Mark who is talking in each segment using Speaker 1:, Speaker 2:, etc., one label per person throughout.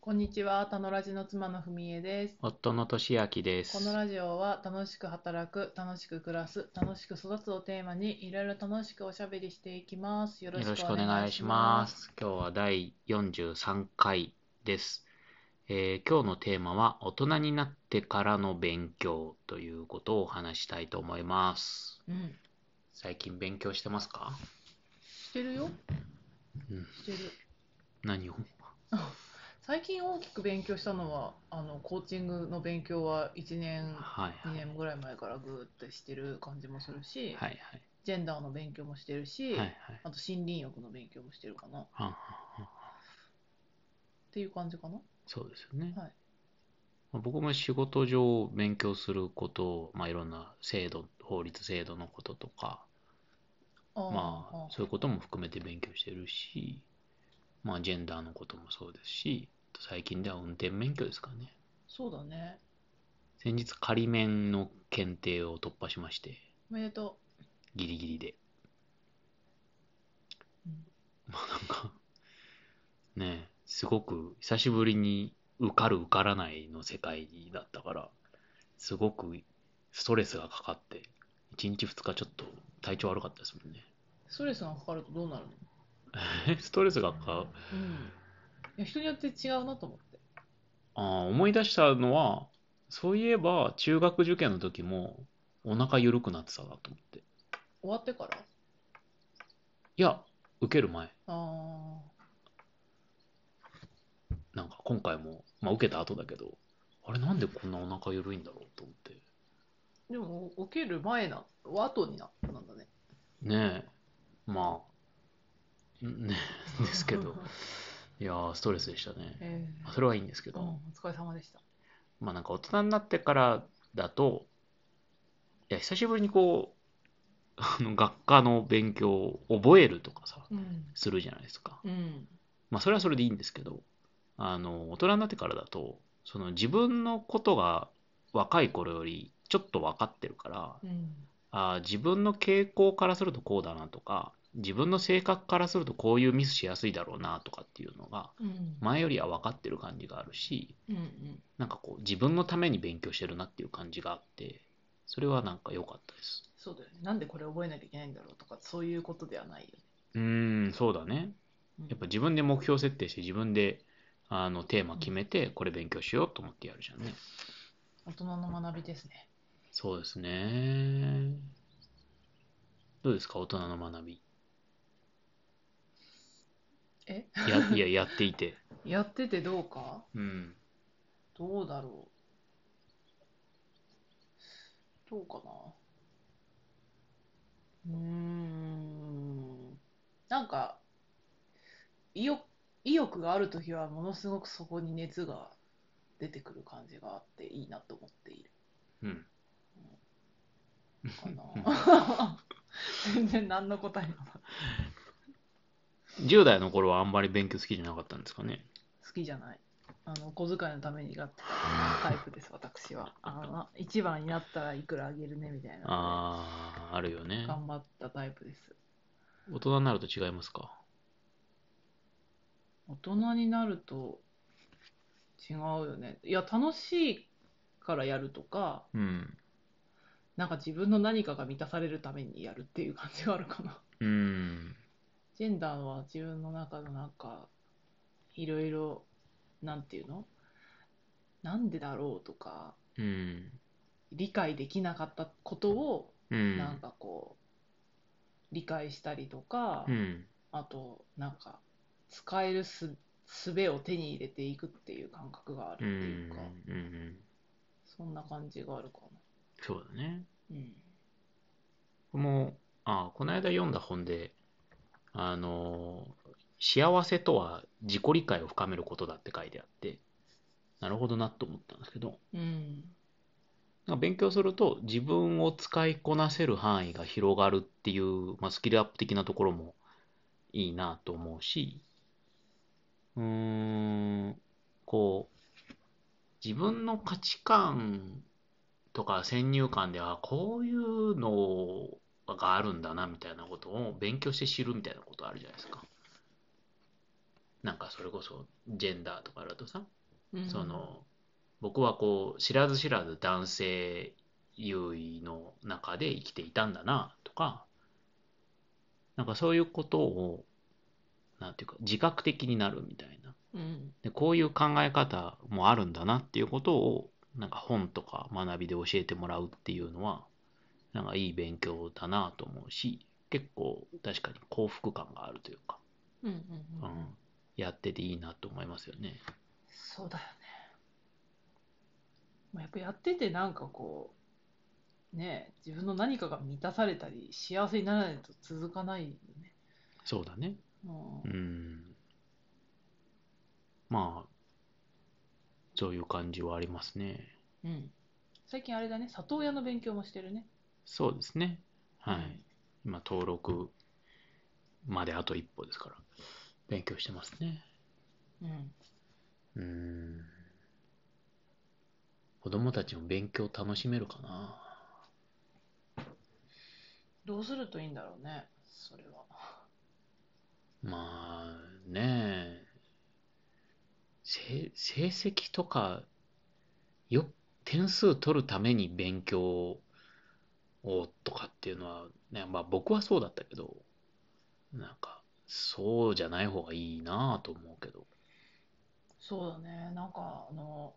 Speaker 1: こんにちは、たのラジの妻のふみえです。
Speaker 2: 夫の俊明で
Speaker 1: この
Speaker 2: す。
Speaker 1: ラジオは楽しく働く、楽しく暮らす、楽しく育つをテーマにいろいろ楽しくおしゃべりしていきます。よろ
Speaker 2: よろ
Speaker 1: し
Speaker 2: し
Speaker 1: く
Speaker 2: く
Speaker 1: お
Speaker 2: お願
Speaker 1: 願
Speaker 2: い
Speaker 1: いし
Speaker 2: しま
Speaker 1: ます。
Speaker 2: す。今日は第43回です。えー今日のテーマは大人になってからの勉強ということをお話したいと思います。
Speaker 1: うん、
Speaker 2: 最近勉強してますか
Speaker 1: してるよ。
Speaker 2: うん。
Speaker 1: してる。
Speaker 2: 何を
Speaker 1: 最近大きく勉強したのは、あのコーチングの勉強は1年、
Speaker 2: はい
Speaker 1: 2
Speaker 2: はい。
Speaker 1: 年ぐらい前からぐーっとしてる感じもするし、
Speaker 2: はい
Speaker 1: ジェンダーの勉強もしてるし、
Speaker 2: はい。はいはい。
Speaker 1: あと森林浴の勉強もしてるかなっ
Speaker 2: はんはんはん
Speaker 1: ていう感じかな。
Speaker 2: そうですよね。
Speaker 1: はい
Speaker 2: まあ僕も仕事上勉強することを、まあ、いろんな制度、法律制度のこととか、
Speaker 1: あー
Speaker 2: まあ、
Speaker 1: ー
Speaker 2: そういうことも含めて勉強してるし、まあ、ジェンダーのこともそうですし、最近では運転免許ですかね。
Speaker 1: そうだね。
Speaker 2: 先日、仮免の検定を突破しまして、
Speaker 1: おめでと
Speaker 2: ギリギリで。
Speaker 1: う。うん
Speaker 2: まあ、なんか、ねえ、すごく久しぶりに受かる受からないの世界だったから、すごくストレスがかかって、1日2日ちょっと体調悪かったですもん ね。
Speaker 1: ストレスがかかるとどうなるの、
Speaker 2: ストレスがか
Speaker 1: うん、いや人によって違うなと思って。
Speaker 2: ああ、思い出したのは、そういえば中学受験の時もお腹緩くなってたなと思って。い
Speaker 1: 終わってから
Speaker 2: や、受ける前、
Speaker 1: あ
Speaker 2: なんか今回も、まあ受けた後だけど、あれなんでこんなお腹緩いんだろうと思って。
Speaker 1: ーでも、受ける前な、後にな、なんだね。
Speaker 2: ねえ、まあ、んね え、です けど、いやー、ストレスでしたね。
Speaker 1: え
Speaker 2: まあ
Speaker 1: ー
Speaker 2: それはいいんですけ
Speaker 1: うん、お
Speaker 2: ど、
Speaker 1: 疲れ様でした。
Speaker 2: まあなんか大人になってからだと、いや、久しぶりにこう、 あの学科の勉強を覚えるとかさ、
Speaker 1: うん。
Speaker 2: するじゃないですか。
Speaker 1: うん。
Speaker 2: まあ、それはそれでいいんですけど、あの、大人になってからだと、その自分のことが若い頃よりちょっと分かってるから、
Speaker 1: うん。
Speaker 2: あー自分の傾向からするとこうだなとか、自分の性格からするとこういうミスしやすいだろうなとかっていうのが、
Speaker 1: うん。
Speaker 2: 前よりは分かってる感じがあるし、
Speaker 1: うんうん。
Speaker 2: なんかこう、自分のために勉強してるなっていう感じがあって、それはなんか良かったです。
Speaker 1: そうだよね。なんでこれ覚えなきゃいけないんだろうとか、そういうことではないよね。
Speaker 2: うーん、そうだね。
Speaker 1: うん
Speaker 2: やっぱ自分で目標設定して、自分で、あの、テーマ決めて、これ勉強しようと思ってやるじゃんね。
Speaker 1: 大人の学びですね。
Speaker 2: そうですね。どうですか、大人の学び。
Speaker 1: え
Speaker 2: や、いや、やっていて。
Speaker 1: やっててどうか
Speaker 2: うん。
Speaker 1: どうだろう。どうかな。うーん。なんか、意欲、意欲があるときはものすごくそこに熱が出てくる感じがあっていいなと思っている
Speaker 2: うん。
Speaker 1: かな。全然何の答えも
Speaker 2: 10代の頃はあんまり勉強好きじゃなかったんですかね。
Speaker 1: 好きじゃない。あの、お小遣いのためにやってたタイプです、私は。あの、一番になったらいくらあげるねみたいな。
Speaker 2: あー、あるよね。
Speaker 1: 頑張ったタイプです。
Speaker 2: 大人になると違いますか。
Speaker 1: 大人になると違うよね。いや、楽しいからやるとか、
Speaker 2: うん。
Speaker 1: なんか自分の何かが満たされるためにやるっていう感じがあるかな。
Speaker 2: うん。
Speaker 1: ジェンダーは自分の中のなんか、いろいろ、なんていうのなんでだろうとか、
Speaker 2: うん。
Speaker 1: 理解できなかったことを、
Speaker 2: う
Speaker 1: なん
Speaker 2: ん。
Speaker 1: かこう、理解したりとか、
Speaker 2: うん。
Speaker 1: あと、なんか、使えるす、術を手に入れていくっていう感覚があるって
Speaker 2: う
Speaker 1: い
Speaker 2: ん。
Speaker 1: うか、
Speaker 2: うん。
Speaker 1: そんな感じがあるか
Speaker 2: そうだね。
Speaker 1: な。うん。
Speaker 2: もう、あー、この間読んだ本で、あのー幸せとは自己理解を深めることだって書いてあって、なるほどなと思ったんですけど、
Speaker 1: うん。
Speaker 2: なんか勉強すると自分を使いこなせる範囲が広がるっていう、まあ、スキルアップ的なところもいいなと思うし、うーん、こう、自分の価値観とか先入観ではこういうのがあるんだなみたいなことを勉強して知るみたいなことあるじゃないですか。なんかそれこそジェンダーとかだとさ、
Speaker 1: うん
Speaker 2: その僕はこう知らず知らず男性優位の中で生きていたんだなとかなんかそういうことをなんていうか自覚的になるみたいな
Speaker 1: うん
Speaker 2: でこういう考え方もあるんだなっていうことをなんか本とか学びで教えてもらうっていうのはなんかいい勉強だなと思うし結構確かに幸福感があるというか、
Speaker 1: うんうん
Speaker 2: う
Speaker 1: うん
Speaker 2: ん、やってていいなと思いますよね。
Speaker 1: そうだよねまあやっぱやっててなんかこうねえ自分の何かが満たされたり幸せにならないと続かないよね
Speaker 2: そうだね
Speaker 1: も
Speaker 2: う
Speaker 1: う、
Speaker 2: んまあ、そういう感じはありますね。
Speaker 1: うん、最近あれだね里親の勉強もしてるね
Speaker 2: そうですね。はい。
Speaker 1: うん
Speaker 2: 今、登録まであと一歩ですから、勉強してますね。
Speaker 1: うん
Speaker 2: うん。子供たちも勉強楽しめるかな。
Speaker 1: どうするといいんだろうねそれは
Speaker 2: まあねえ、せ成績とかよ、点数取るために勉強をとかっていうのは、ね、まあ僕はそうだったけど、なんか、そうじゃない方がいいなぁと思うけど。
Speaker 1: そうだねなんかあの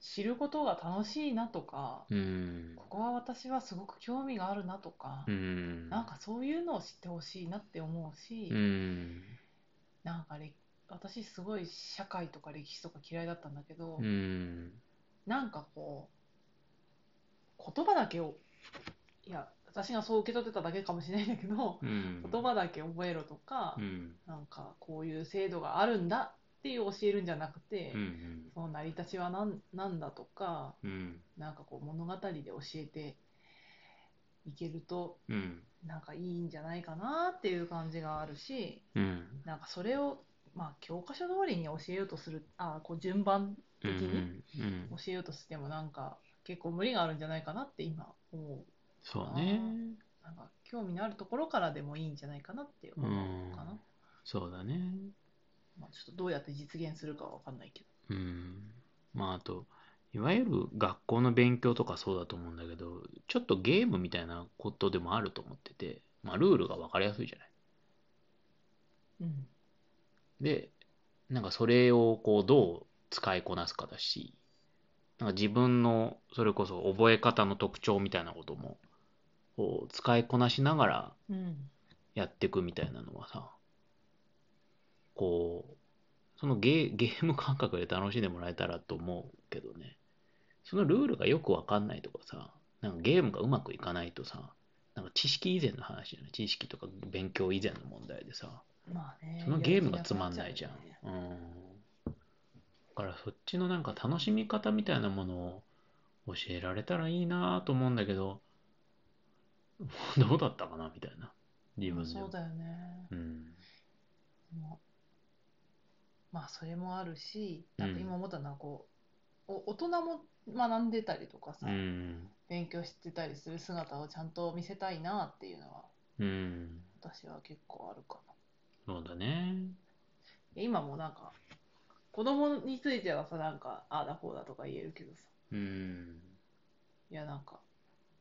Speaker 1: 知ることが楽しいなとか
Speaker 2: うん、
Speaker 1: ここは私はすごく興味があるなとか、
Speaker 2: うん、
Speaker 1: なんかそういうのを知ってほしいなって思うし、
Speaker 2: うん、
Speaker 1: なんかれ私すごい社会とか歴史とか嫌いだったんだけど、
Speaker 2: うん、
Speaker 1: なんかこう言葉だけをいや私がそう受け取ってただけかもしれないんだけど、
Speaker 2: うん、
Speaker 1: 言葉だけ覚えろとか、
Speaker 2: うん、
Speaker 1: なんかこういう制度があるんだっていう教えるんじゃなくて、
Speaker 2: うん、
Speaker 1: その成り立ちはなんなんだとか
Speaker 2: うん、
Speaker 1: なんかこう物語で教えていけると
Speaker 2: うん、
Speaker 1: なんかいいんじゃないかなっていう感じがあるし
Speaker 2: うん、
Speaker 1: なんかそれをまあ教科書通りに教えようとするあこう順番
Speaker 2: う
Speaker 1: 的に
Speaker 2: ん、うん
Speaker 1: 教、えようとしてもなんか結構無理があるんじゃないかなって今思
Speaker 2: そうね。
Speaker 1: うなんか興味のあるところからでもいいんじゃないかなって思うかな、
Speaker 2: うんそうだね。
Speaker 1: まあ、ちょっとどうやって実現するかは分かんないけど
Speaker 2: うん。まあ、あと、いわゆる学校の勉強とかそうだと思うんだけど、ちょっとゲームみたいなことでもあると思ってて、まあ、ルールが分かりやすいじゃない。
Speaker 1: うん
Speaker 2: で、なんかそれをこう、どう使いこなすかだし、なんか自分の、それこそ覚え方の特徴みたいなことも、こう、使いこなしながら、
Speaker 1: うん
Speaker 2: やっていくみたいなのはさ、こう、そのゲーゲーム感覚で楽しんでもらえたらと思うけどね、そのルールがよくわかんないとかさ、なんかゲームがうまくいかないとさ、なんか知識以前の話じゃない知識とか勉強以前の問題でさ、
Speaker 1: まあね
Speaker 2: そのゲームがつまんないじゃん
Speaker 1: やる気なくなっち。
Speaker 2: うん。だからそっちのなんか楽しみ方みたいなものを教えられたらいいなと思うんだけど、 どうだったかなみたいな。自
Speaker 1: ゃうよね
Speaker 2: 分で
Speaker 1: そ
Speaker 2: も
Speaker 1: うだよね
Speaker 2: うん。
Speaker 1: もうまあそれもあるしなんか今思ったのはこう、お大人も学んでたりとかさ、
Speaker 2: うん。
Speaker 1: 勉強してたりする姿をちゃんと見せたいなっていうのは
Speaker 2: うん。
Speaker 1: 私は結構あるかな
Speaker 2: そうだね。
Speaker 1: 今もなんか子供についてはさなんかああだこうだとか言えるけどさ
Speaker 2: うん。
Speaker 1: いやなんか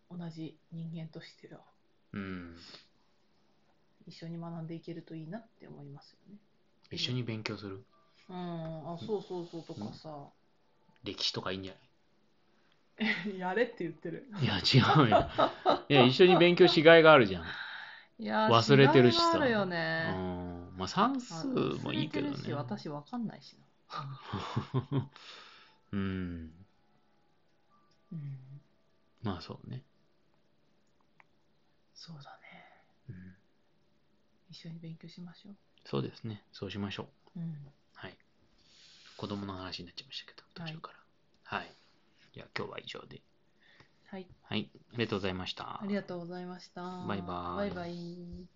Speaker 1: 同じ人間としては
Speaker 2: うん。
Speaker 1: 一緒に学んでいけるといいなって思いますよね
Speaker 2: 一緒に勉強する。
Speaker 1: うんあそうそうそうとかさ、
Speaker 2: 歴史とかいいんじゃ
Speaker 1: やれって言ってる
Speaker 2: ないいや、違うよ。いや、一緒に勉強しがいがあるじゃん。
Speaker 1: いやー
Speaker 2: 忘れてるし
Speaker 1: 違い
Speaker 2: さ
Speaker 1: があるよ
Speaker 2: う
Speaker 1: ね、
Speaker 2: ん。まあ、算数もいいけ
Speaker 1: 忘
Speaker 2: ど
Speaker 1: れてるし
Speaker 2: ね。
Speaker 1: 私わかんないしな。
Speaker 2: うん。
Speaker 1: うん、
Speaker 2: まあ、そうね。
Speaker 1: そうだね。
Speaker 2: うん
Speaker 1: 一緒に勉強しましょう。
Speaker 2: そうですね。そうしましょう。
Speaker 1: うん、
Speaker 2: はい。子供の話になっちゃいましたけど、途中から。はい。じゃあ、今日は以上で。
Speaker 1: はい、
Speaker 2: はい。ありがとうございました。
Speaker 1: ありがとうございました。
Speaker 2: バイバーイ
Speaker 1: バイバイ